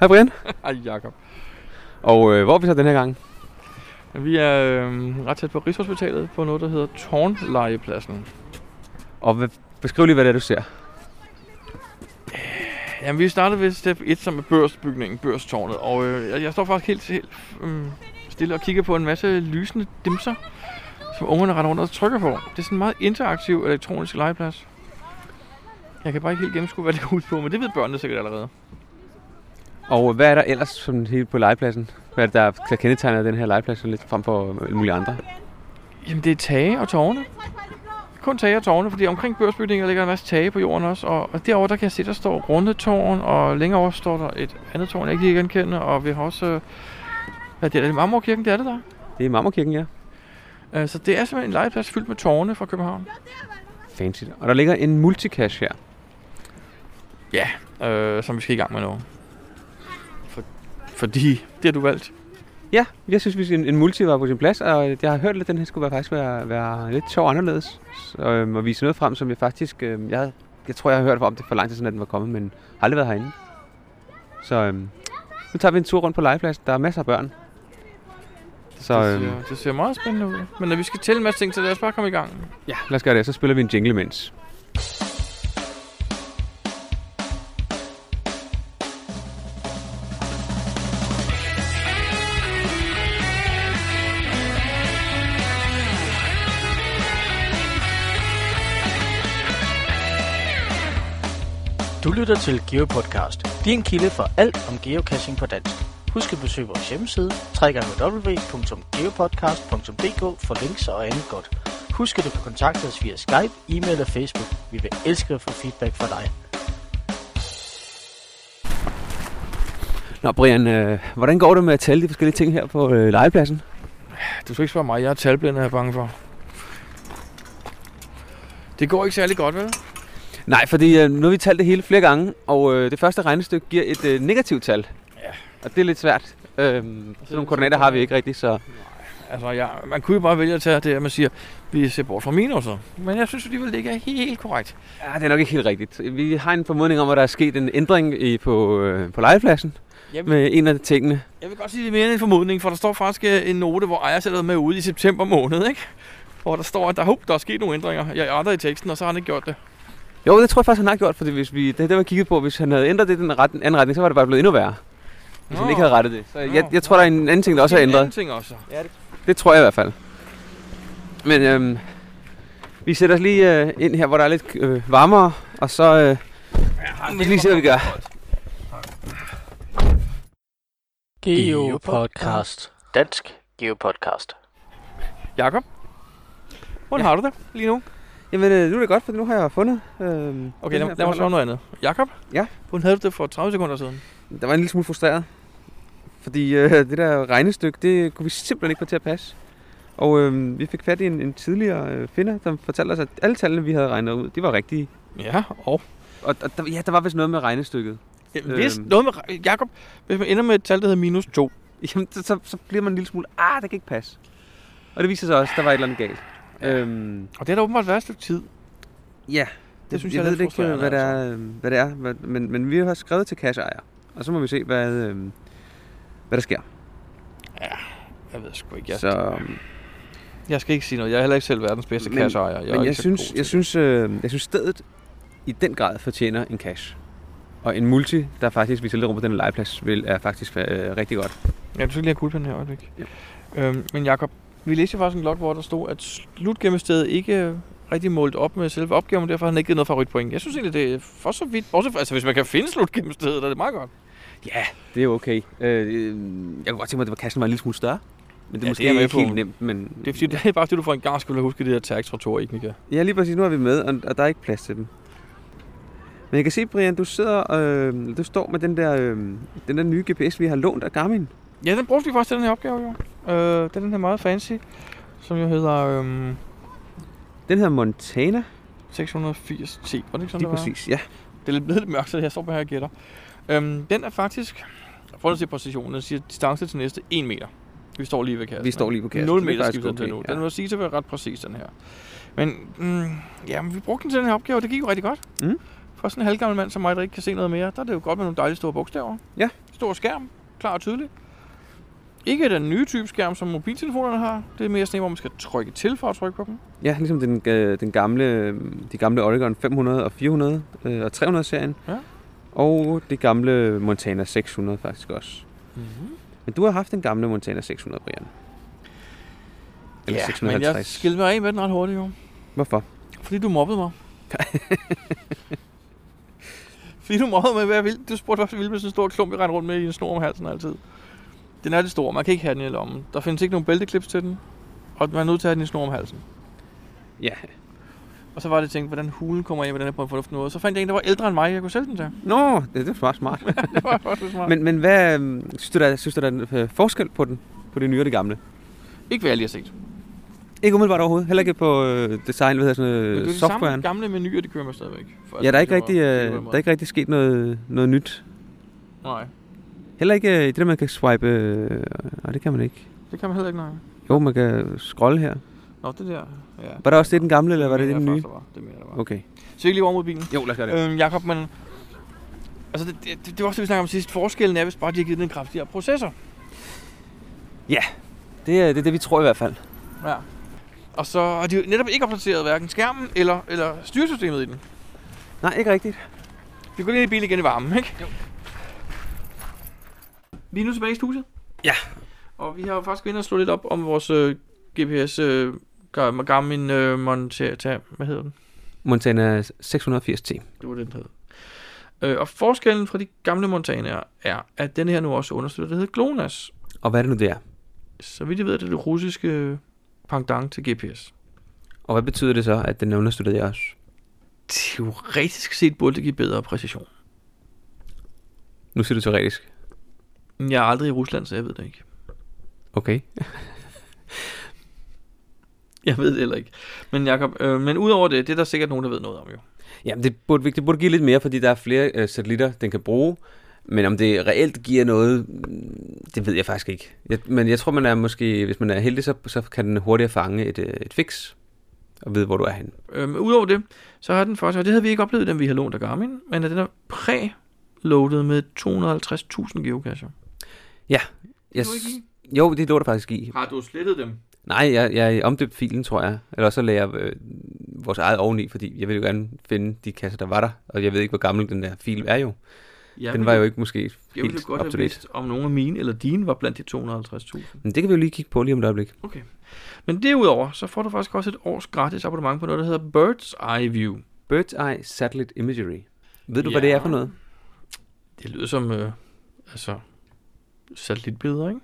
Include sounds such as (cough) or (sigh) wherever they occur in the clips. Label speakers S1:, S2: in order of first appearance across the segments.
S1: Hej Brian.
S2: Ej, Jacob.
S1: Og øh, hvor er vi så den her gang?
S2: Vi er øh, ret tæt på Rigshospitalet på noget, der hedder Tårnlejepladsen.
S1: Og hvad, beskriv lige, hvad det er, du ser.
S2: Jamen, vi startede ved step 1, som er børsbygningen, børstårnet. Og øh, jeg, jeg står faktisk helt, helt øh, stille og kigger på en masse lysende dimser, som ungerne render rundt og trykker på. Det er sådan en meget interaktiv elektronisk legeplads. Jeg kan bare ikke helt gennemskue, hvad det går ud på, men det ved børnene sikkert allerede.
S1: Og øh, hvad er der ellers som helt på legepladsen? Hvad er det, der, der kendetegner den her legeplads sådan lidt frem for øh, alle mulige andre?
S2: Jamen, det er tage og tårne. Kun tage og tårne, fordi omkring børsbygningen ligger en masse tage på jorden også. Og og derovre, der kan jeg se, der står runde tårn, og længere over står der et andet tårn, jeg ikke lige genkender. Og vi har også... øh, Hvad er det? Er det Marmorkirken? Det er det der.
S1: Det er Marmorkirken, ja.
S2: Øh, Så det er simpelthen en legeplads fyldt med tårne fra København.
S1: Fancy. Og der ligger en multicash her.
S2: øh, som vi skal i gang med nu. For, fordi det har du valgt.
S1: Ja, jeg synes, vi en, en multi var på sin plads, og jeg har hørt lidt, at den her skulle være, faktisk være, være lidt sjov og anderledes. Så, øhm, og vise noget frem, som jeg faktisk... Øhm, jeg, jeg tror, jeg har hørt om det for lang tid siden, at den var kommet, men har aldrig været herinde. Så øhm, nu tager vi en tur rundt på legepladsen. Der er masser af børn. Så
S2: det,
S1: øhm,
S2: ser, det ser meget spændende ud. Men når vi skal tælle en masse ting, så lad os bare komme i gang.
S1: ja, lad os gøre det. Så spiller vi en jingle imens.
S3: Du lytter til GeoPodcast, din kilde for alt om geocaching på dansk. Husk at besøge vores hjemmeside, www.geopodcast.dk for links og andet godt. Husk at du kan kontakte os via Skype, e-mail og Facebook. Vi vil elske at få feedback fra dig.
S1: Nå, Brian, øh, hvordan går det med at tælle de forskellige ting her på øh, legepladsen?
S2: Du skal ikke spørge mig, jeg er talblind, er jeg bange for. Det går ikke særlig godt, vel?
S1: Nej, fordi øh, nu har vi talt det hele flere gange, og øh, det første regnestykke giver et øh, negativt tal.
S2: Ja.
S1: Og det er lidt svært. Øhm, sådan nogle koordinater har vi ikke rigtigt, så...
S2: Altså, jeg, man kunne jo bare vælge at tage det, at man siger, vi ser bort fra minuser. Men jeg synes alligevel, det ikke er helt korrekt.
S1: Ja, det er nok ikke helt rigtigt. Vi har en formodning om, at der er sket en ændring i, på, øh, på legepladsen
S2: Jeg vil,
S1: med en af tingene.
S2: jeg vil godt sige, det er mere end en formodning, for der står faktisk øh, en note, hvor ejer selv er med ude i september måned, ikke? Hvor der står, at der, hov, der er sket nogle ændringer. Jeg er der i teksten, og så har han ikke gjort det.
S1: Jo, det tror jeg faktisk, han har gjort, fordi hvis vi, det, det var kigget på, hvis han havde ændret det i den ret, anden retning, så var det bare blevet endnu værre. Hvis han
S2: Nå.
S1: ikke havde rettet det. Så jeg,
S2: Nå,
S1: jeg tror, der er en anden ting, der også er
S2: en
S1: ændret.
S2: anden ting også. Ja, det...
S1: Det tror jeg i hvert fald. Men øhm, vi sætter os lige øh, ind her, hvor der er lidt øh, varmere, og så øh, vi lige se, hvad vi gør.
S3: GeoPodcast. Dansk GeoPodcast.
S2: Jakob, hvordan
S1: Ja.
S2: ja. har du det lige nu?
S1: Jamen, øh, nu er det godt, for nu har jeg fundet... Øh, den her
S2: Okay, lad, lad mig
S1: beholder.
S2: spørge noget andet. Jakob,
S1: Ja?
S2: hvordan havde du det for 30 sekunder siden?
S1: Der var en lille smule frustreret. Fordi øh, (laughs) det der regnestykke, det kunne vi simpelthen ikke få til at passe. Og øh, vi fik fat i en, en tidligere øh, finder, som fortalte os, at alle tallene, vi havde regnet ud, de var rigtige.
S2: Ja, og...
S1: Og, og der, ja, der var vist noget med regnestykket.
S2: Øhm. Hvis
S1: Øhm.
S2: noget med... Jakob, hvis man ender med et tal, der hedder minus 2.
S1: Jamen, så, så, så bliver man en lille smule, ah, det kan ikke passe. Og det viser sig også, at der var et eller andet galt. Øhm,
S2: Og det har der åbenbart været et stykke tid.
S1: Ja,
S2: Det synes jeg,
S1: jeg
S2: altså.
S1: ved
S2: er lidt
S1: ikke, øh,
S2: frustrerende,
S1: hvad det er, øh, hvad det er hvad, men, men vi har skrevet til kasseejer, og så må vi se, hvad, øh, hvad der sker.
S2: Jeg ved sgu ikke. Jeg,
S1: så,
S2: så... jeg skal ikke sige noget. Jeg er heller ikke selv verdens bedste
S1: Men-
S2: kasseejer. Jeg er
S1: men
S2: ikke
S1: jeg
S2: så
S1: synes,
S2: god til
S1: jeg,
S2: det.
S1: synes, øh, jeg synes, stedet i den grad fortjener en cash. Og en multi, der faktisk viser lidt rum på den her legeplads, vil, er faktisk øh, rigtig godt.
S2: Ja, du skal lige have kuglepinden her øjeblik. Øhm, men Jakob, vi læste jo faktisk en log, hvor der stod, at slutgemmestedet ikke øh, rigtig målt op med selve opgaven, og derfor har han ikke givet noget favoritpoint. Jeg synes egentlig, det er for så vidt. Også, altså, hvis man kan finde slutgemmestedet, er det meget godt.
S1: Det er okay. Øh, øh, jeg kunne godt tænke mig, at det var kassen var en lille smule større. Men det er
S2: Ja,
S1: måske
S2: det er jeg med
S1: ikke
S2: på.
S1: helt nemt. Men,
S2: Det er, fordi, det er bare, fordi du for en gang skulle huske det der tags fra Thor, ikke, Mika?
S1: Ja, lige præcis. Nu er vi med, og, og der er ikke plads til dem. Men jeg kan se, Brian, du sidder, øh, du står med den der, øh, den der nye GPS, vi har lånt af Garmin.
S2: Ja, den brugte vi faktisk til den her opgave, jo. Øh, det er den her meget fancy, som jo hedder øhm,
S1: Den hedder Montana,
S2: 680T. Var det ikke sådan,
S1: lige
S2: det var?
S1: præcis. Ja.
S2: Det er lidt- blevet lidt mørkt, så jeg står bare her og gætter. Øhm, den er faktisk, for at se præcisionen, den siger distance til næste 1 meter. Vi står lige ved kassen.
S1: Vi står lige på kassen.
S2: 0
S1: Det er
S2: meter
S1: faktisk
S2: skifter den til
S1: okay,
S2: nu.
S1: ja.
S2: Den vil sige til at være ret præcis, den her. Men mm, jamen, vi brugte den til den her opgave, og det gik jo rigtig godt.
S1: Mm.
S2: For sådan en halvgammel mand som mig, der ikke kan se noget mere, der er det jo godt med nogle dejlige store bogstaver.
S1: Ja.
S2: stor skærm, klar og tydelig. Ikke den nye type skærm, som mobiltelefonerne har. Det er mere sådan en, hvor man skal trykke til for at trykke på dem.
S1: Ja, ligesom den, øh, den gamle, øh, de gamle Oregon 500 og 400 øh, og 300-serien.
S2: Ja.
S1: Og det gamle Montana 600 faktisk også.
S2: Mm-hmm.
S1: Men du har haft den gamle Montana 600, Brian. Eller
S2: ja,
S1: 650.
S2: men jeg skilte mig af med den ret hurtigt jo.
S1: Hvorfor?
S2: Fordi du mobbede mig. (laughs) Fordi du mobbede mig, hvad jeg ville. Du spurgte, hvorfor jeg ville med sådan en stor klump, jeg rendte rundt med i en snor om halsen altid. Den er lidt stor, man kan ikke have den i lommen. Der findes ikke nogen bælteklips til den. Og man er nødt til at have den i snor om halsen.
S1: Ja.
S2: Og så var det tænkt, hvordan hulen kommer jeg med den her på en fornuftig måde. Så fandt jeg en, der var ældre end mig, jeg kunne sælge
S1: (laughs)
S2: den til.
S1: Nå, det, det er smart, smart.
S2: Det var også smart. Men
S1: men, men hvad, øh, synes du, der, synes du, der er en øh, forskel på den? På det nye og det gamle?
S2: ikke hvad jeg lige
S1: Øh,
S2: har set.
S1: Ikke umiddelbart overhovedet. Heller ikke på øh, design, hvad hedder sådan
S2: Men det er
S1: noget,
S2: de
S1: øh,
S2: samme
S1: softwaren.
S2: gamle menuer, de kører mig stadigvæk. For
S1: Ja, der er ikke
S2: alt,
S1: rigtig, øh,
S2: det var-
S1: der er ikke rigtig sket noget, noget nyt.
S2: Nej,
S1: Heller ikke øh, det der, man kan swipe... Øh, nej, det kan man ikke.
S2: det kan man heller ikke, nej.
S1: Jo, man kan scrolle her.
S2: Nå, det der, ja.
S1: Var der også det i den gamle, eller var det, det
S2: mener
S1: den
S2: jeg
S1: nye?
S2: faktisk, der var. Det mener jeg, der var.
S1: Okay.
S2: Så ikke lige over mod bilen.
S1: Jo, lad os gøre
S2: Øhm, Jakob, men... Altså, det, det, det, det, var også det, vi snakkede om sidst. Forskellen er, hvis bare de har givet den en kraftigere processor.
S1: Det er det, er det, vi tror i hvert fald.
S2: Ja. Og så har de jo netop ikke opdateret hverken skærmen eller, eller styresystemet i den.
S1: Nej, ikke rigtigt.
S2: Vi går lige ind i bilen igen i varmen, ikke? Jo. Vi er nu tilbage i studiet.
S1: Ja.
S2: Og vi har jo faktisk været inde og slå lidt op om vores øh, GPS... Øh, Gar- Garmin øh, Montata... Hvad hedder den?
S1: Montana 680T.
S2: Det var den, den hed. Øh, og forskellen fra de gamle Montanaer er, at den her nu også understøtter, det hedder GLONASS.
S1: Og hvad er det nu, det er?
S2: så vidt jeg ved, er det det russiske pendant til GPS.
S1: Og hvad betyder det så, at den understøtter det også?
S2: Teoretisk set burde det give bedre præcision.
S1: Nu siger du teoretisk.
S2: Men Jeg er aldrig i Rusland, så jeg ved det ikke. (laughs)
S1: Okay.
S2: Jeg ved det heller ikke. Men, Jacob, øh, men udover det, det er der sikkert nogen, der ved noget om jo.
S1: Jamen, det burde, det burde give lidt mere, fordi der er flere øh, satellitter, den kan bruge. Men om det reelt giver noget, mm, det ved jeg faktisk ikke. Jeg, men jeg tror, man er måske, hvis man er heldig, så, så kan den hurtigere fange et, øh, et fix og vide, hvor du er henne.
S2: Øh, men udover det, så har den faktisk, og det havde vi ikke oplevet, den vi havde lånt af Garmin, men at den er præ-loadet med 250.000 geocacher.
S1: Jeg, jo, det lå der faktisk i.
S2: Har du slettet dem?
S1: Nej, jeg, jeg omdøbte filen, tror jeg. Eller så lagde jeg øh, vores eget oveni, fordi jeg ville jo gerne finde de kasser, der var der. Og jeg ved ikke, hvor gammel den der fil er jo.
S2: Ja,
S1: den var jo ikke måske
S2: Jeg ville
S1: helt
S2: godt
S1: up to
S2: have
S1: date.
S2: vidst, om nogen af mine eller dine var blandt de 250.000.
S1: Men det kan vi jo lige kigge på lige om et øjeblik.
S2: Okay. Men derudover, så får du faktisk også et års gratis abonnement på noget, der hedder Bird's Eye View.
S1: Bird's Eye Satellite Imagery. Ved du, ja. hvad
S2: Ja.
S1: det er for noget?
S2: Det lyder som, øh, altså, satellitbilleder, ikke?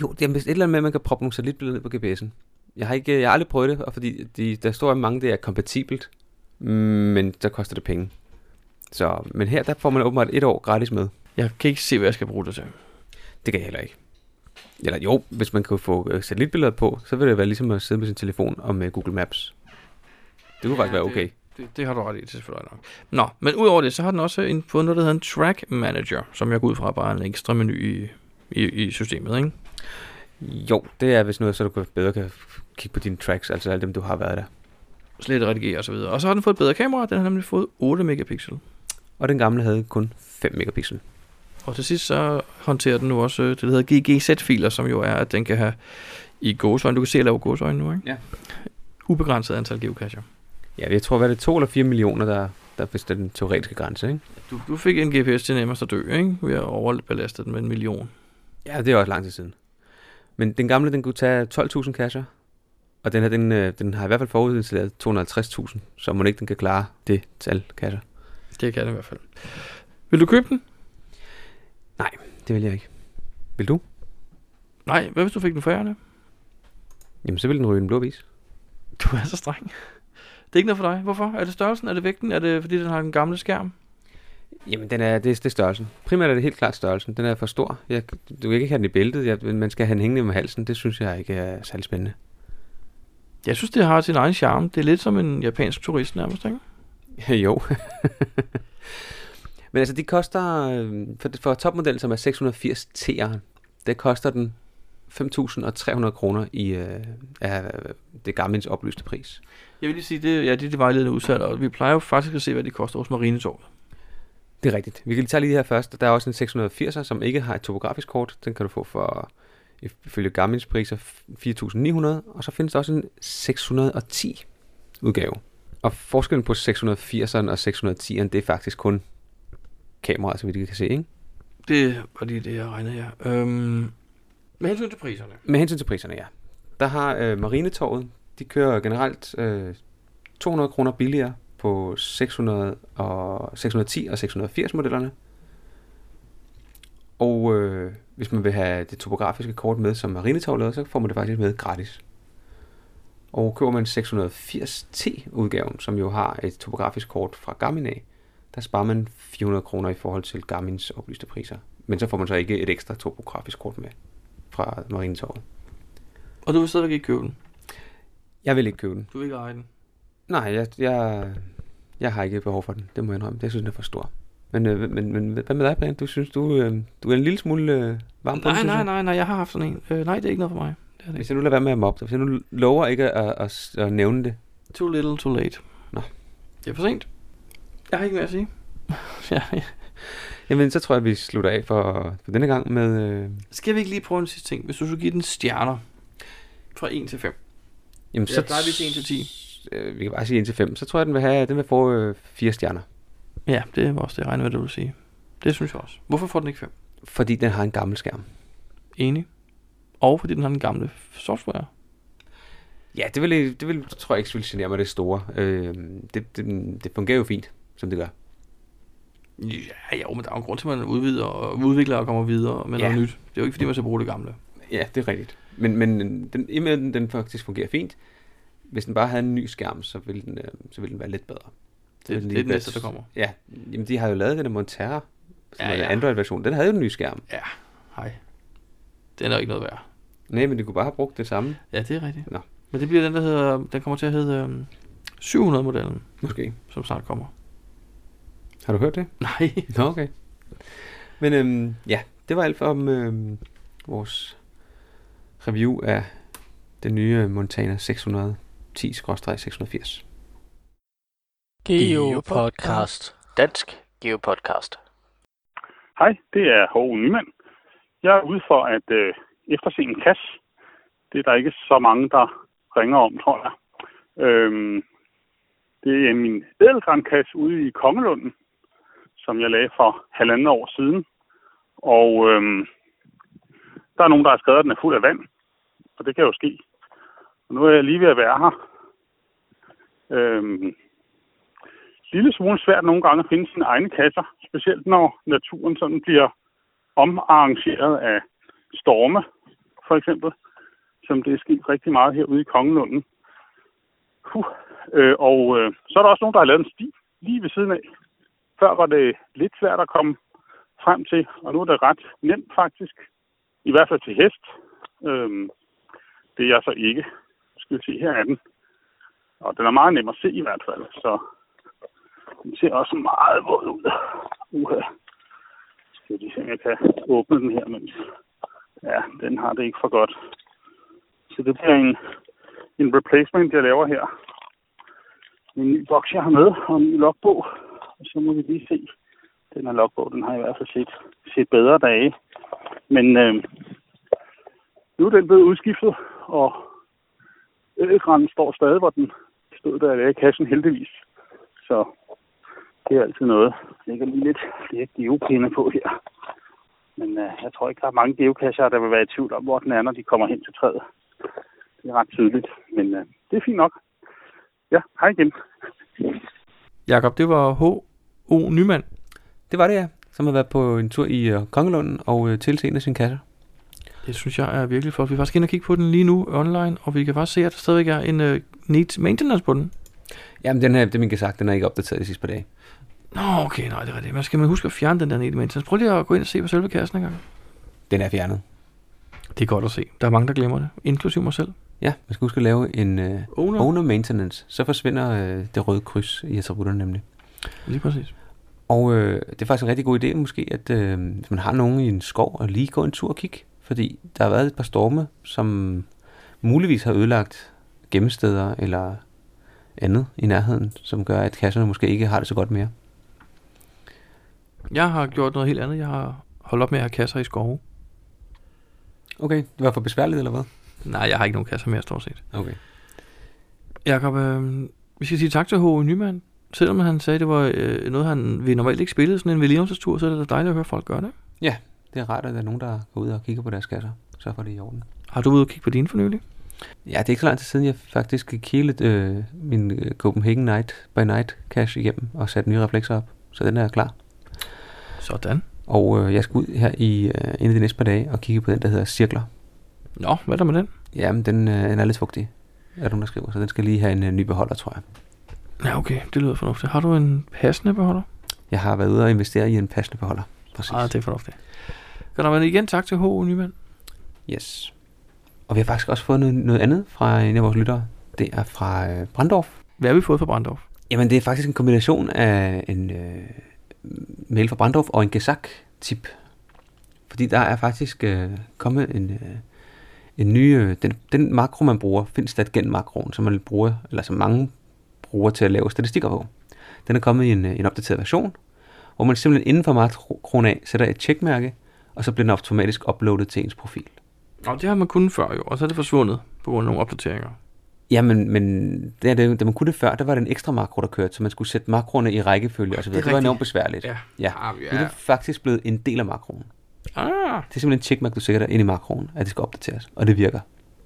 S1: Jo, det er vist et eller andet med, at man kan proppe nogle satellitbilleder ned på GPS'en. Jeg har, ikke, jeg har aldrig prøvet det, og fordi de, der står, at mange det er kompatibelt, men så koster det penge. Så, men her der får man åbenbart et år gratis med.
S2: Jeg kan ikke se, hvad jeg skal bruge det til.
S1: Det kan jeg heller ikke. Eller jo, hvis man kan få øh, satellitbilleder på, så vil det være ligesom at sidde med sin telefon og med Google Maps. Det kunne faktisk
S2: Ja,
S1: være okay.
S2: Det, det har du ret i, det er selvfølgelig nok. Nå, men udover det, så har den også en, fået noget, der hedder en Track Manager, som jeg går ud fra bare er en ekstra menu i, i, i systemet, ikke?
S1: Jo, det er vist noget, så du kan- bedre kan kigge på dine tracks, altså alle dem, du har været der.
S2: Slet redigere og så videre. Og så har den fået et bedre kamera, den har nemlig fået 8 megapixel.
S1: Og den gamle havde kun 5 megapixel.
S2: Og til sidst så håndterer den nu også øh, det, der hedder GGZ-filer, som jo er, at den kan have i gåsøjne. Du kan se, at jeg laver gåsøjne nu, ikke?
S1: Ja.
S2: Ubegrænset antal geocacher.
S1: Ja, jeg tror, hvad er det 2 eller 4 millioner, der, der er vist den teoretiske grænse, ikke?
S2: Du, du fik en GPS til nemmest at dø, ikke? Vi har overbelastet den med en million.
S1: Ja, det er også lang tid siden. Men den gamle, den kunne tage 12.000 kasser, og den her, den, øh, den har i hvert fald forudinstalleret 250.000, så må den ikke den kan klare det tal kasser.
S2: Det kan det i hvert fald. Vil du købe den?
S1: Det vil jeg ikke. Vil du?
S2: Nej, hvad hvis du fik den færre?
S1: Jamen, så vil den ryge den blå vis.
S2: (laughs) Du er så streng. Det er ikke noget for dig. Hvorfor? Er det størrelsen? Er det vægten? Er det fordi, den har en gammel skærm?
S1: Jamen, den er, det, er- det er størrelsen. Primært er det helt klart størrelsen. Den er for stor. Jeg, du kan ikke have den i bæltet. Jeg, man skal have den hængende med halsen. Det synes jeg ikke er særlig spændende.
S2: Jeg synes, det har sin egen charme. Det er lidt som en japansk turist nærmest, ikke?
S1: (laughs) jo. Men altså, de koster... øh, For, for topmodellen, som er 680 T'eren, det koster den 5.300 kroner i øh, af det gamle oplyste pris.
S2: Jeg vil lige sige, det, ja, det er det vejledende udsalg, og vi plejer jo faktisk at se, hvad det koster hos Marinetorvet.
S1: Det er rigtigt. Vi kan lige tage lige det her først. Der er også en 680'er, som ikke har et topografisk kort. Den kan du få for, ifølge Garmin's priser, 4.900. Og så findes der også en 610 udgave. Og forskellen på 680'eren og 610'eren, det er faktisk kun kameraet, som vi kan se, ikke?
S2: Det var lige det, jeg regnede, ja. Øhm, med hensyn til priserne.
S1: Med hensyn til priserne, ja. Der har øh, Marinetorvet, de kører generelt øh, 200 kroner billigere på 600 og 610 og 680 modellerne. Og øh, hvis man vil have det topografiske kort med, som Marinetorv lavede, så får man det faktisk med gratis. Og køber man 680T udgaven, som jo har et topografisk kort fra Garmin af, der sparer man 400 kroner i forhold til Garmins oplyste priser. Men så får man så ikke et ekstra topografisk kort med fra Marinetorvet.
S2: Og du vil stadigvæk ikke købe den.
S1: Jeg vil ikke købe den.
S2: Du vil ikke eje den.
S1: Nej, jeg, jeg, jeg har ikke behov for den. Det må jeg indrømme. Jeg synes, den er for stor. Men, øh, men, men hvad med dig, Brian? Du synes, du, øh, du er en lille smule øh, varm på den,
S2: Nej,
S1: synes
S2: nej,
S1: jeg.
S2: nej, nej, jeg har haft sådan en. Øh, nej, det er ikke noget for mig. Det er det
S1: Hvis
S2: ikke.
S1: jeg nu lader være med at mobbe dig, hvis jeg nu lover ikke at, at, at, at nævne det.
S2: Too little, too late.
S1: Nå.
S2: Det er for sent. Jeg har ikke mere at sige. ja, ja.
S1: Jamen, så tror jeg, vi slutter af for, for denne gang med... Øh,
S2: Skal vi ikke lige prøve en sidste ting? Hvis du skulle give den stjerner fra 1 til 5.
S1: jamen,
S2: Jeg plejer, vi siger en til ti.
S1: Øh, vi kan bare sige 1 til 5. Så tror jeg, den vil, have, den vil få øh, 4 stjerner.
S2: Ja, det var også det, jeg regnede med, du ville sige. Det synes jeg også. Hvorfor får den ikke 5?
S1: Fordi den har en gammel skærm.
S2: Enig. Og fordi den har den gamle software.
S1: Ja, det, vil, det vil, tror jeg ikke vil genere mig det store. Øh, det, det, det fungerer jo fint, som det gør.
S2: Ja, jo, men der er jo en grund til, at man udvider og udvikler og kommer videre med
S1: Ja.
S2: ja. noget nyt. Det er jo ikke, fordi man skal bruge det gamle.
S1: Ja, det er rigtigt. Men, men den, i og med, at den- den faktisk fungerer fint, hvis den bare havde en ny skærm, så ville den, øh, så ville den være lidt bedre.
S2: Det,
S1: vil
S2: det,
S1: den
S2: det
S1: lige
S2: er det
S1: være-
S2: næste, der kommer.
S1: Ja, jamen de har jo lavet den der Montera, som
S2: Ja,
S1: ja, ja. er
S2: ja.
S1: en Android-version. Den havde jo en ny skærm.
S2: Ja, hej. Den er jo ikke noget værd.
S1: Nej, men de kunne bare have brugt det samme,
S2: Ja, det er rigtigt.
S1: Nå.
S2: Men det bliver den, der hedder, den kommer til at hedde øhm, 700-modellen,
S1: måske.
S2: som snart kommer.
S1: Har du hørt det?
S2: Nej. (laughs)
S1: Nå, okay. Men øhm, ja, det var alt om øhm, vores review af den nye Montana 610-680.
S3: Geo Podcast. Dansk Geo Podcast.
S4: Hej, det er H.O. Nyman. Jeg er ude for at øh, efterse en cash. Det er der ikke så mange, der ringer om, tror jeg. Øhm, det er min ædelgrankasse ude i Kongelunden, som jeg lagde for halvanden år siden. Og øhm, der er nogen, der har skrevet, at den er fuld af vand. Og det kan jo ske. Og nu er jeg lige ved at være her. Øhm, lille smule svært nogle gange at finde sine egne kasser, specielt når naturen sådan bliver omarrangeret af storme, for eksempel, som det er sket rigtig meget herude i Kongelunden. Huh. Øh, og øh, så er der også nogen, der har lavet en sti lige ved siden af. Før var det lidt svært at komme frem til, og nu er det ret nemt faktisk. I hvert fald til hest. Øhm, det er jeg så ikke. Nu Skal vi se, her er den. Og den er meget nem at se i hvert fald, så den ser også meget våd ud. Uha. Skal vi se, om jeg kan åbne den her, mens... Ja, den har det ikke for godt. Så det bliver en, en replacement, jeg laver her. En ny boks, jeg har med, og en ny logbog. Og så må vi lige se. Den her logbog, den har i hvert fald set, set bedre dage. Men øh, nu er den blevet udskiftet, og ølgranen står stadig, hvor den stod, da jeg lavede kassen heldigvis. Så det er altid noget. Der ligger lige lidt flere geopinde på her. Men øh, jeg tror ikke, der er mange geokasser, der vil være i tvivl om, hvor den er, når de kommer hen til træet. Det er ret tydeligt, men øh, det er fint nok. Ja, hej igen.
S2: Jakob, det var H.O. Nyman.
S1: Det var det, ja. Som har været på en tur i øh, Kongelunden og øh, til en af sine kasser.
S2: Det synes jeg er virkelig flot. Vi er faktisk inde og kigge på den lige nu online, og vi kan faktisk se, at der stadigvæk er en uh, needs maintenance på den.
S1: Jamen, den her, det man kan sagt, den er ikke opdateret de sidste par dage.
S2: Nå, okay, nej, det er rigtigt. Man skal man huske at fjerne den der needs maintenance. Prøv lige at gå ind og se på selve kassen engang.
S1: Den er fjernet.
S2: Det er godt at se. Der er mange, der glemmer det, inklusive mig selv.
S1: Ja, man skal huske at lave en øh,
S2: Owner.
S1: owner maintenance. Så forsvinder øh, det røde kryds i attributterne nemlig.
S2: Lige præcis.
S1: Og øh, det er faktisk en rigtig god idé måske, at øh, hvis man har nogen i en skov, og lige gå en tur og kigge. Fordi der har været et par storme, som muligvis har ødelagt gemmesteder eller andet i nærheden, som gør, at kasserne måske ikke har det så godt mere.
S2: Jeg har gjort noget helt andet. Jeg har holdt op med at have kasser i skove.
S1: Okay, det var for besværligt, eller hvad?
S2: Nej, jeg har ikke nogen kasser mere, stort set.
S1: Okay.
S2: Jakob, øh, vi skal sige tak til H.O. Nyman. Selvom han sagde, det var øh, noget, han vi normalt ikke spillede, sådan en vedligeholdelsestur, så er det da dejligt at høre folk gøre det.
S1: Ja, det er rart, at der er nogen, der går ud og kigger på deres kasser. Så får det i orden.
S2: Har du været ude og kigge på dine for nylig?
S1: Ja, det er ikke så lang tid siden, jeg faktisk gik hele øh, min øh, Copenhagen Night by Night cash igennem og satte nye reflekser op. Så den er klar.
S2: Sådan.
S1: Og øh, jeg skal ud her i øh, en af de næste par dage og kigge på den, der hedder Cirkler.
S2: Nå, hvad er der med den?
S1: Jamen, den, øh, den er lidt fugtig, er der nogen, der skriver. Så den skal lige have en øh, ny beholder, tror jeg.
S2: Ja, okay, det lyder fornuftigt. Har du en passende beholder?
S1: Jeg har været ude og investere i en passende beholder. Præcis.
S2: Ah, det er fornuftigt. Godt, men igen tak til H.O. Nyman.
S1: Yes. Og vi har faktisk også fået noget, noget andet fra en af vores lyttere. Det er fra øh, Brandorf.
S2: Hvad har vi fået fra Brandorf?
S1: Jamen, det er faktisk en kombination af en øh, mail fra Brandorf og en Gesak-tip. Fordi der er faktisk øh, kommet en, øh, en ny... Øh, den, den makro, man bruger, Finstat-gen-makroen, som man bruger, eller som mange bruger til at lave statistikker på. Den er kommet i en, øh, en opdateret version, hvor man simpelthen inden for makroen af sætter et tjekmærke, og så bliver den automatisk uploadet til ens profil.
S2: Nå, det har man kunnet før jo, og så er det forsvundet på grund af nogle opdateringer.
S1: Ja, men, men det er det, da man kunne det før, der var det en ekstra makro, der kørte, så man skulle sætte makroerne i rækkefølge og så videre. Det, det var
S2: rigtigt.
S1: enormt besværligt.
S2: Ja.
S1: ja.
S2: Ah,
S1: Nu
S2: ja.
S1: er det faktisk blevet en del af makroen.
S2: Ah,
S1: Det er simpelthen en checkmark, du sætter ind i makroen, at det skal opdateres, og det virker.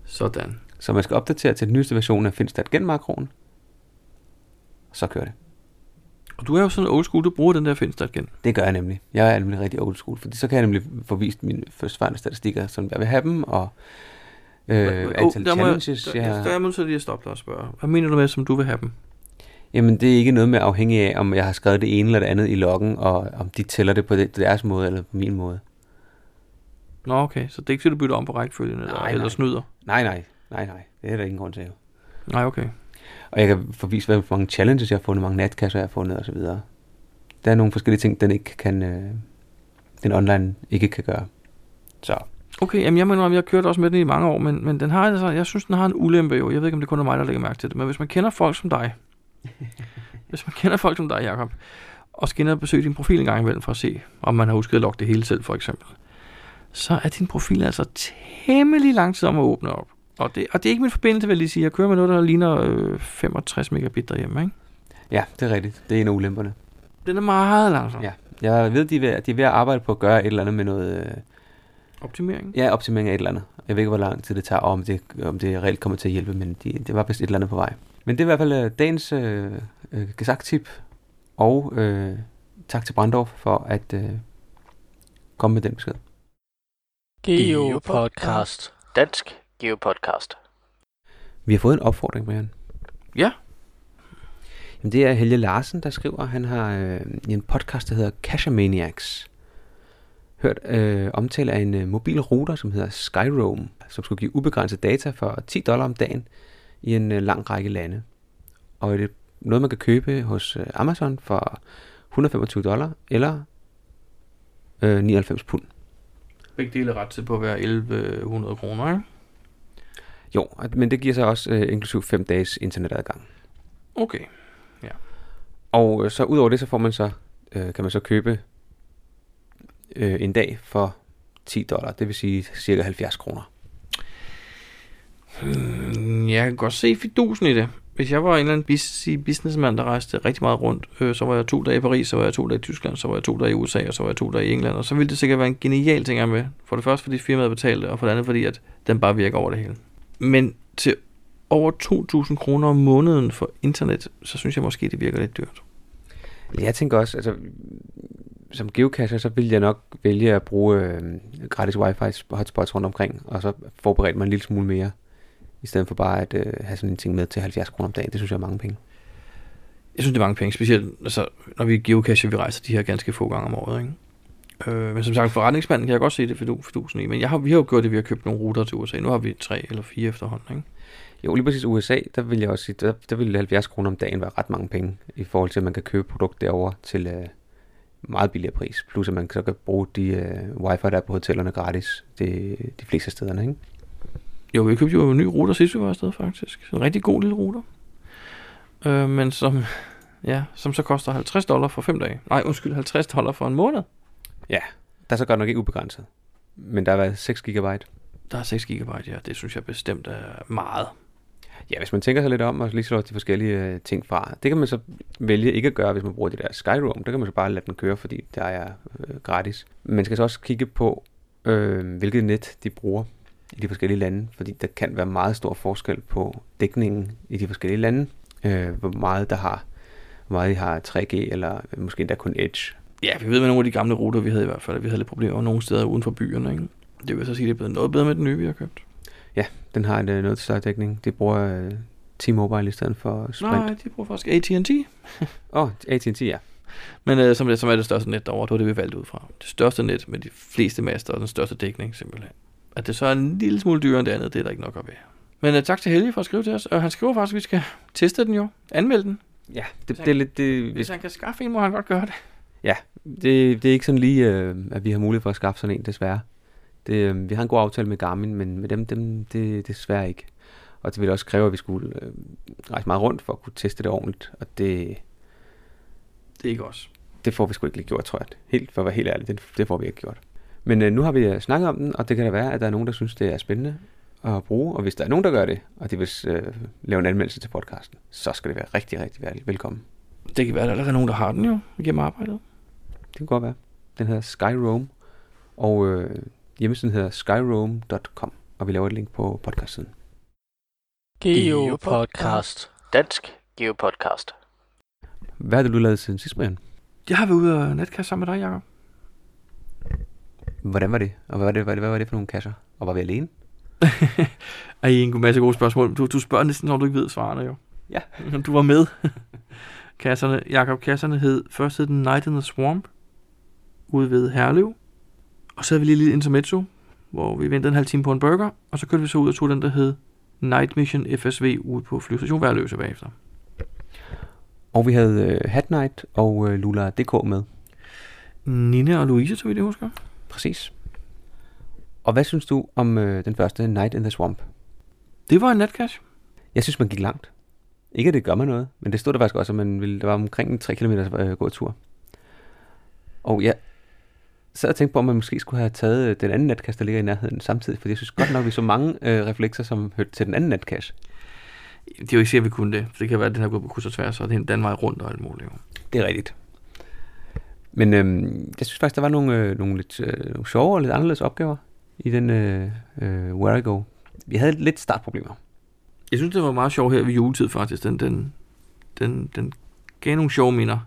S2: sådan.
S1: Så man skal opdatere til den nyeste version af Finstat gen makroen, så kører det.
S2: Og du er jo sådan old school, du bruger den der Finstat igen.
S1: Det gør jeg nemlig. Jeg er nemlig rigtig old school, fordi så kan jeg nemlig få vist mine førstvarende statistikker, som jeg vil have dem, og øh, antal
S2: der må jeg-
S1: challenges.
S2: Der,
S1: jeg
S2: der,
S1: har-
S2: der er man så lige at stoppe dig og spørge. Hvad mener du med, som du vil have dem?
S1: Jamen, det er ikke noget med afhængig af, om jeg har skrevet det ene eller det andet i loggen, og om de tæller det på deres måde eller på min måde.
S2: Nå, okay. Så det er ikke, fordi du bytter om på rækkefølgen eller,
S1: Nej,
S2: eller
S1: nej.
S2: snyder?
S1: Nej, nej, nej, nej. Det er der ingen grund til. Jo.
S2: Nej, okay.
S1: Og jeg kan forvise, hvor mange challenges jeg har fundet, hvor mange natkasser jeg har fundet osv. Der er nogle forskellige ting, den ikke kan, øh, den online ikke kan gøre. Så
S2: Okay, jamen jeg mener, om jeg har kørt også med den i mange år, men, men den har altså, jeg synes, den har en ulempe jo. Jeg ved ikke, om det kun er mig, der lægger mærke til det, men hvis man kender folk som (laughs) dig, hvis man kender folk som dig, Jacob, og skal ind og besøge din profil en gang imellem for at se, om man har husket at logge det hele selv, for eksempel, så er din profil altså temmelig lang tid om at åbne op. Og det, og det er ikke min forbindelse, vil jeg lige sige. Jeg kører med noget, der ligner øh, 65 megabit derhjemme, ikke?
S1: ja, det er rigtigt. Det er en af ulemperne.
S2: Den er meget langsom.
S1: Ja. Jeg ved, de er, ved, at de er ved at arbejde på at gøre et eller andet med noget, øh,
S2: Optimering.
S1: ja, optimering af et eller andet. Jeg ved ikke, hvor lang tid det tager, og om det, om det reelt kommer til at hjælpe, men de, det var vist et eller andet på vej. Men det er i hvert fald øh, dagens øh, øh, gesagtip, og øh, tak til Brandorf for at øh, komme med den besked.
S3: Geopodcast. Dansk Geopodcast.
S1: Vi har fået en opfordring, Brian.
S2: Ja.
S1: Jamen, det er Helge Larsen, der skriver, han har øh, i en podcast, der hedder Cashamaniacs, hørt øh, omtale af en øh, mobil router, som hedder Skyroam, som skulle give ubegrænset data for 10 dollar om dagen i en øh, lang række lande. Og det er noget, man kan købe hos øh, Amazon for 125 dollar eller øh, 99 pund.
S2: Begge dele er ret til på at være 1100 kroner, ikke?
S1: Jo, og- men det giver så også øh, inklusiv 5 dages internetadgang.
S2: Okay.
S1: Og øh, så ud over det, så får man så, øh, kan man så købe øh, en dag for 10 dollar, det vil sige cirka 70 kroner.
S2: Mm, Jeg kan godt se fidusen i det. Hvis jeg var en eller anden busy businessmand, der rejste rigtig meget rundt, øh, så var jeg to dage i Paris, så var jeg to dage i Tyskland, så var jeg to dage i USA, og så var jeg to dage i England, og så ville det sikkert være en genial ting at have med. For det første, fordi firmaet betalte, og for det andet, fordi at den bare virker over det hele. Men til over 2.000 kroner om måneden for internet, så synes jeg måske, det virker lidt dyrt.
S1: Men Jeg tænker også, altså, som geocacher, så vil jeg nok vælge at bruge øh, gratis wifi hotspots rundt omkring, og så forberede mig en lille smule mere, i stedet for bare at øh, have sådan en ting med til 70 kroner om dagen. Det synes jeg er mange penge.
S2: Jeg synes, det er mange penge, specielt altså, når vi geocacher, vi rejser de her ganske få gange om året. Ikke? Øh, men som sagt, forretningsmanden kan jeg godt se det for fidusen i, men jeg har, vi har jo gjort det, vi har købt nogle ruter til USA. Nu har vi tre eller fire efterhånden. Ikke?
S1: Jo, lige præcis USA, der vil jeg også sige, der, der vil 70 kroner om dagen være ret mange penge, i forhold til, at man kan købe produkt derover til øh, meget billigere pris. Plus, at man så kan bruge de øh, wifi, der er på hotellerne gratis, det, de fleste af stederne, ikke?
S2: Jo, vi købte jo en ny router sidst, vi var afsted faktisk. En rigtig god lille router. Øh, men som Ja, som så koster 50 dollar for 5 dage. Nej, undskyld, 50 dollar for en måned.
S1: Ja, der er så godt nok ikke ubegrænset. Men der er været 6 gigabyte.
S2: Der er 6 gigabyte, ja. Det synes jeg bestemt er meget.
S1: Ja, hvis man tænker sig lidt om og lige slår de forskellige øh, ting fra. Det kan man så vælge ikke at gøre, hvis man bruger det der Skyroom. Der kan man så bare lade den køre, fordi der er øh, gratis. Man skal så også kigge på, øh, hvilket net de bruger i de forskellige lande, fordi der kan være meget stor forskel på dækningen i de forskellige lande. Øh, hvor meget der har, hvor meget de har 3G, eller øh, måske endda kun Edge.
S2: Ja, vi ved med nogle af de gamle ruter, vi havde i hvert fald, at vi havde lidt problemer nogle steder uden for byerne, ikke? Det vil så sige, at det er blevet noget bedre med den nye, vi har købt.
S1: Ja, den har en øh, noget større dækning. Det bruger øh, T-Mobile i stedet for Sprint.
S2: Nej, de bruger faktisk AT&T.
S1: Åh, oh, AT&T, ja.
S2: Men øh, som, det, som er det største net derovre, det var det, vi valgte ud fra. Det største net med de fleste master og den største dækning, simpelthen. At det så er en lille smule dyrere end det andet, det er der ikke nok at være. Men øh, tak til Helge for at skrive til os, og han skriver faktisk, at vi skal teste den jo, anmelde den.
S1: Ja, det, det er lidt... Det,
S2: Hvis
S1: hvis,
S2: han kan skaffe en, må han godt gøre det.
S1: ja, det, det er ikke sådan lige, øh, at vi har mulighed for at skaffe sådan en, desværre. Det, øh, vi har en god aftale med Garmin, men med dem, dem det er desværre ikke. Og det ville også kræve, at vi skulle øh, rejse meget rundt for at kunne teste det ordentligt. Og det,
S2: Det er ikke os.
S1: det får vi sgu ikke lige gjort, tror jeg. Helt, for at være helt ærlig, det, det får vi ikke gjort. Men øh, nu har vi øh, snakket om den, og det kan da være, at der er nogen, der synes, det er spændende at bruge. Og hvis der er nogen, der gør det, og de vil øh, lave en anmeldelse til podcasten, så skal det være rigtig, rigtig vel- velkommen.
S2: Det kan være, at der allerede er nogen, der har den jo, igennem arbejdet.
S1: Det kan godt være. Den hedder Skyrome, og øh, hjemmesiden hedder skyrome.com, og vi laver et link på podcastsiden.
S3: Geopodcast. Dansk Geopodcast.
S1: Hvad har det, du lavet siden sidst, Brian?
S2: Jeg har været ude og netkasse sammen med dig, Jacob.
S1: Hvordan var det? Og hvad var det, hvad, hvad var det for nogle kasser? Og var vi alene?
S2: Ej, en masse gode spørgsmål. Du, du spørger næsten, når du ikke ved svarene jo.
S1: Ja.
S2: (laughs) Du var med. Kasserne, Jakob Kasserne hed, først hed den Night in the Swamp, ude ved Herlev. Og så havde vi lige lidt intermezzo, hvor vi ventede en halv time på en burger, og så kørte vi så ud og tog den, der hed Night Mission FSV ude på flyvestation Værløse bagefter.
S1: Og vi havde øh, Hat Night og øh, Lula.dk med.
S2: Nina og Louise, så vidt jeg husker.
S1: Præcis. Og hvad synes du om øh, den første Night in the Swamp?
S2: Det var en natcash.
S1: Jeg synes, man gik langt. Ikke, at det gør mig noget, men det stod der faktisk også, at man ville, der var omkring en 3 km øh, god tur. Og jeg sad og tænkte på, om man måske skulle have taget øh, den anden natkast, der ligger i nærheden samtidig, for jeg synes godt nok, vi så mange øh, reflekser, som hørte til den anden natkast.
S2: Det er jo ikke sikkert, at vi kunne det. For det kan være, at den har gået på kryds og tværs, og det er en Danmark rundt og alt muligt. jo.
S1: Det er rigtigt. Men øh, jeg synes faktisk, der var nogle, øh, nogle lidt øh, nogle sjove og lidt anderledes opgaver i den øh, øh, Where I Go. Vi havde lidt startproblemer.
S2: Jeg synes, det var meget sjovt her ved juletid faktisk. Den, den, den, den gav nogle sjove minder.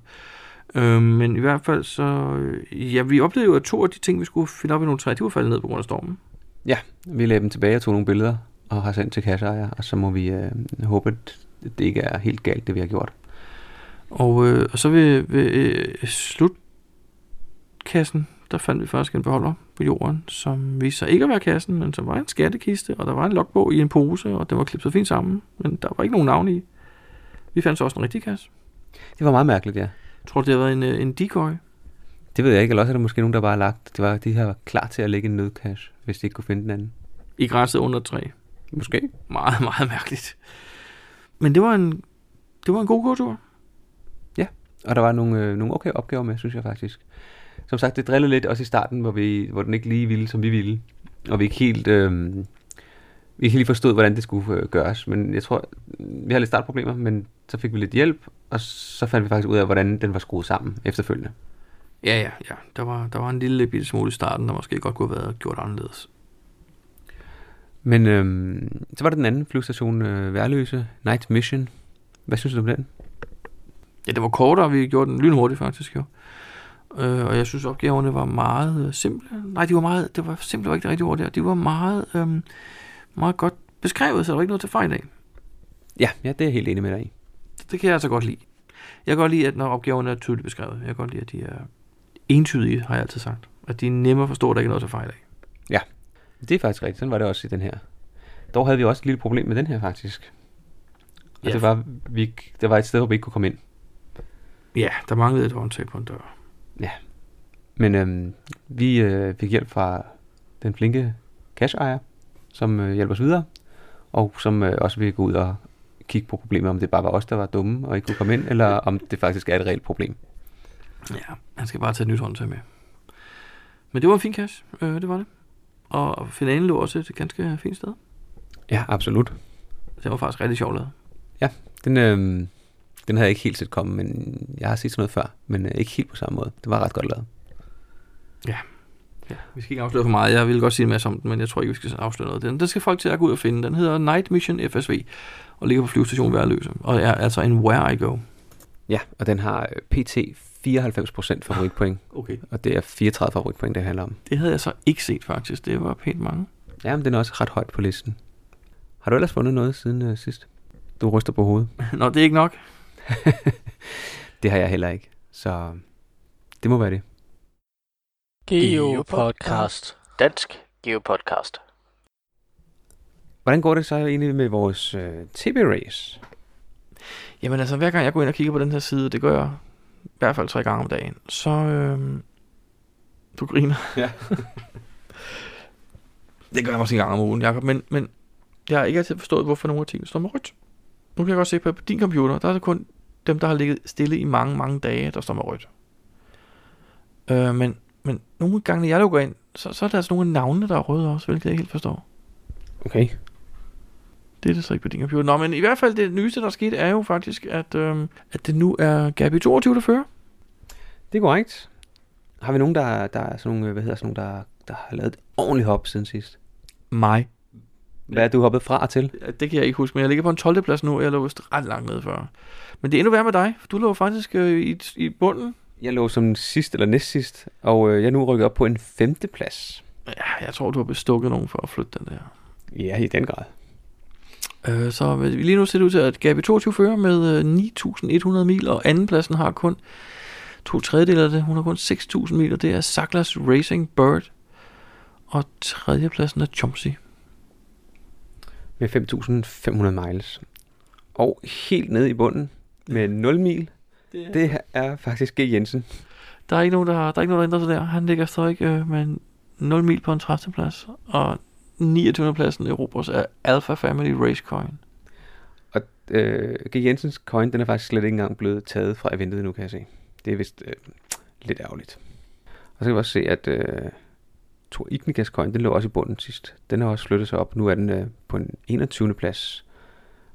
S2: Øh, men i hvert fald så... øh, Ja, vi oplevede jo, at to af de ting, vi skulle finde op i nogle træer, de var faldet ned på grund af stormen.
S1: Ja, vi lagde dem tilbage og tog nogle billeder og har sendt til kasseejer, og så må vi øh, håbe, at det ikke er helt galt, det vi har gjort.
S2: Og, øh, og så ved, ved øh, slutkassen, der fandt vi faktisk en beholder på jorden, som viste sig ikke at være kassen, men som var en skattekiste, og der var en logbog i en pose, og den var klippet fint sammen, men der var ikke nogen navn i. Vi fandt så også en rigtig kasse.
S1: Det var meget mærkeligt, ja.
S2: Jeg tror, det har været en, øh, en decoy.
S1: Det ved jeg ikke, eller også er der måske nogen, der bare har lagt, det var, de her var klar til at lægge en nødkasse, hvis de ikke kunne finde den anden.
S2: i græsset under et træ.
S1: Måske.
S2: Meget, (laughs) meget mærkeligt. Men det var en, det var en god gåtur.
S1: Og der var nogle, øh, nogle okay opgaver med, synes jeg faktisk. Som sagt, det drillede lidt også i starten, hvor, vi, hvor den ikke lige ville, som vi ville. Og vi ikke helt, øh, vi ikke helt forstod, hvordan det skulle øh, gøres. Men jeg tror, vi havde lidt startproblemer, men så fik vi lidt hjælp, og så fandt vi faktisk ud af, hvordan den var skruet sammen efterfølgende.
S2: Ja, ja, ja. Der var, der var en lille bitte smule i starten, der måske godt kunne have været gjort anderledes.
S1: Men øhm, så var der den anden flyvestation, øh, Værløse, Night Mission. Hvad synes du om den?
S2: Ja, det var kortere, vi gjorde den lynhurtigt faktisk jo. Øh, og jeg synes, opgaverne var meget øh, simple. Nej, de var meget, det var simpelthen ikke det rigtige ord der. De var meget, øhm, meget godt beskrevet, så der var ikke noget til fejl af.
S1: Ja, ja, det er jeg helt enig med dig i.
S2: Det kan jeg altså godt lide. Jeg kan godt lide, at når opgaverne er tydeligt beskrevet, jeg kan godt lide, at de er entydige, har jeg altid sagt. At de er nemme at forstå, at der ikke er noget til fejl af.
S1: Det er faktisk rigtigt. Sådan var det også i den her. Dog havde vi også et lille problem med den her, faktisk. Og
S2: Ja.
S1: det var, vi, ikke- der var et sted, hvor vi ikke kunne komme ind.
S2: Ja, der manglede et håndtag på en dør.
S1: Men øhm, vi øh, fik hjælp fra den flinke cash-ejer, som øh, hjalp os videre, og som øh, også ville gå ud og kigge på problemet, om det bare var os, der var dumme og ikke kunne komme ind, eller om det faktisk er et reelt problem.
S2: Ja, han skal bare tage et nyt håndtag med. Men det var en fin cash, øh, det var det. Og finalen lå også et ganske fint sted.
S1: Ja, absolut.
S2: Det var faktisk rigtig sjovt lavet.
S1: Ja, den, øh, den havde jeg ikke helt set komme, men jeg har set sådan noget før, men øh, ikke helt på samme måde. Det var ret godt lavet.
S2: Ja. ja. Vi skal ikke afsløre for meget. Jeg ville godt sige en masse om den, men jeg tror ikke, vi skal afsløre noget. Den, den skal folk til at gå ud og finde. Den hedder Night Mission FSV og ligger på flyvestationen Værløse. Og er altså en Where I Go.
S1: Ja, og den har øh, PT 94% favoritpoint,
S2: Okay.
S1: og det er 34 favoritpoint, det handler om.
S2: Det havde jeg så ikke set faktisk. Det var pænt mange. (laughs)
S1: Ja, men den er også ret højt på listen. Har du ellers fundet noget siden øh, sidst? Du ryster på hovedet. (laughs)
S2: Nå, det er ikke nok.
S1: Det har jeg heller ikke, så det må være det.
S3: Geo Podcast. Dansk Geo Podcast.
S1: Hvordan går det så egentlig med vores øh, TB-race?
S2: Jamen altså, hver gang jeg går ind og kigger på den her side, det gør jeg i hvert fald tre gange om dagen, så øhm, du griner.
S1: Ja.
S2: (laughs) det gør jeg også en gang om ugen, Jacob, men, men jeg har ikke altid forstået, hvorfor nogle af tingene står med rødt. Nu kan jeg godt se på, på din computer, der er det kun dem, der har ligget stille i mange, mange dage, der står med rødt. Øh, men, men nogle gange, når jeg logger ind, så, så er der altså nogle af navnene, der er røde også, hvilket jeg ikke helt forstår.
S1: Okay.
S2: Det er det så ikke på din computer. Nå, men i hvert fald det nyeste, der er sket, er jo faktisk, at, øhm, at det nu er Gabi 22, der fører.
S1: Det er korrekt. Har vi nogen, der, der er sådan nogle, øh, hvad hedder sådan nogle, der, der har lavet et ordentligt hop siden sidst?
S2: Mig.
S1: Hvad er du hoppet fra og til?
S2: Det kan jeg ikke huske, men jeg ligger på en 12. plads nu, og jeg lå vist ret langt nede før. Men det er endnu værre med dig, for du lå faktisk øh, i, i bunden.
S1: Jeg lå som sidst eller næstsidst, og øh, jeg er nu rykket op på en femteplads.
S2: Ja, jeg tror, du har bestukket nogen for at flytte den der.
S1: Ja, i den grad.
S2: Øh, så vi- lige nu ser det ud til, at Gabi 22 fører med øh, 9.100 mil, og andenpladsen har kun to tredjedel af det. Hun har kun 6.000 mil, og det er Saklas Racing Bird. Og tredjepladsen er Chomsey.
S1: Med 5.500 miles. Og helt nede i bunden med 0 mil. Det her er faktisk G. Jensen.
S2: Der er ikke nogen, der, der, er ikke nogen, der ændrer sig der. Han ligger stadig øh, med en 0 mil på en 30. plads, og 29. pladsen i Robos er Alpha Family Racecoin.
S1: Og øh, G. Jensens coin, den er faktisk slet ikke engang blevet taget fra eventet nu, kan jeg se. Det er vist øh, lidt ærgerligt. Og så kan vi også se, at øh, Tor Ignigas coin, den lå også i bunden sidst. Den har også flyttet sig op. Nu er den øh, på en 21. plads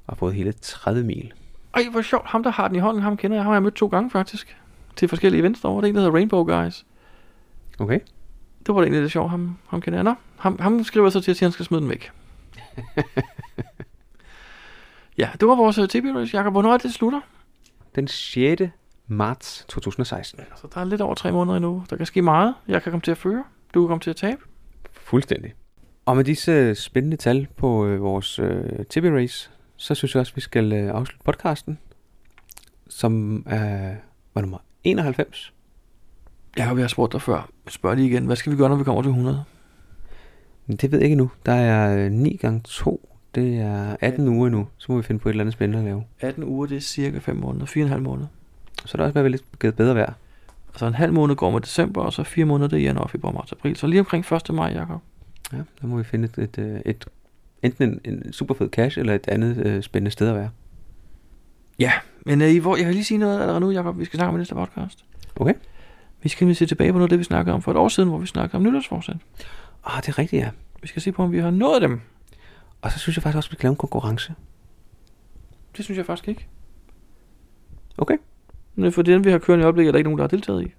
S1: og har fået hele 30 mil.
S2: Ej, hvor sjovt. Ham, der har den i hånden, ham kender jeg. Ham har jeg mødt to gange faktisk. Til forskellige events derovre. Det er en, der hedder Rainbow Guys.
S1: Okay.
S2: Det var da egentlig lidt sjovt. Ham, ham kender jeg. Nå, ham, ham skriver så til at sige, at han skal smide den (laughs) væk. ja, det var vores øh, TB-race, Jacob. Hvornår er det, det slutter?
S1: Den 6. marts 2016.
S2: Altså, der er lidt over tre måneder endnu. Der kan ske meget. Jeg kan komme til at føre. Du kan komme til at tabe.
S1: Fuldstændig. Og med disse øh, spændende tal på øh, vores øh, TB-race, så synes jeg også, vi skal øh, afslutte podcasten, som øh, var nummer 91.
S2: Ja, og vi har spurgt dig før. Spørg lige igen. Hvad skal vi gøre, når vi kommer til 100?
S1: Men Det ved jeg ikke nu. Der er 9 gange 2. Det er 18 uger nu. Så må vi finde på et eller andet spændende at lave.
S2: 18 uger, det er cirka 5 måneder. 4,5 måneder.
S1: Så er der også været lidt givet bedre vejr.
S2: Altså en halv måned går med december, og så 4 måneder, det er januar, februar, marts, april. Så lige omkring 1. maj, Jacob.
S1: Ja, der må vi finde et, et, øh, et enten en, en super fed cash, eller et andet øh, spændende sted at være.
S2: Ja, men øh, I hvor, jeg vil lige sige noget allerede nu, Jacob. Vi skal snakke om i næste podcast.
S1: Okay.
S2: Vi skal nemlig se tilbage på noget af det, vi snakkede om for et år siden, hvor vi snakkede om nytårsforsæt.
S1: Ah, det er rigtigt, ja.
S2: Vi skal se på, om vi har nået dem.
S1: Og så synes jeg faktisk også, at vi kan lave en konkurrence.
S2: Det synes jeg faktisk ikke.
S1: Okay.
S2: Men for den, vi har kørende i øjeblikket, er der ikke nogen, der har deltaget i.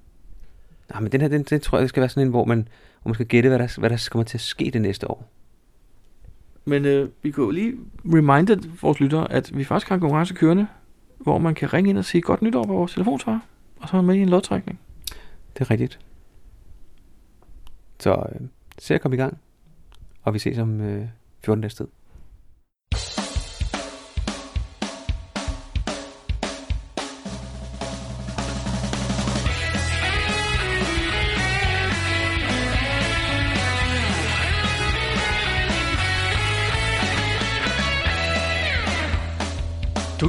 S1: Nej, men den her, den, den tror jeg, det skal være sådan en, hvor man, hvor man skal gætte, hvad der, hvad der kommer til at ske det næste år.
S2: Men øh, vi kunne jo lige reminde vores lyttere, at vi faktisk har en konkurrence kørende, hvor man kan ringe ind og sige godt nytår på vores telefonsvarer, og så er man med i en lodtrækning.
S1: Det er rigtigt. Så øh, se at komme i gang. Og vi ses om øh, 14 dages tid.
S3: Du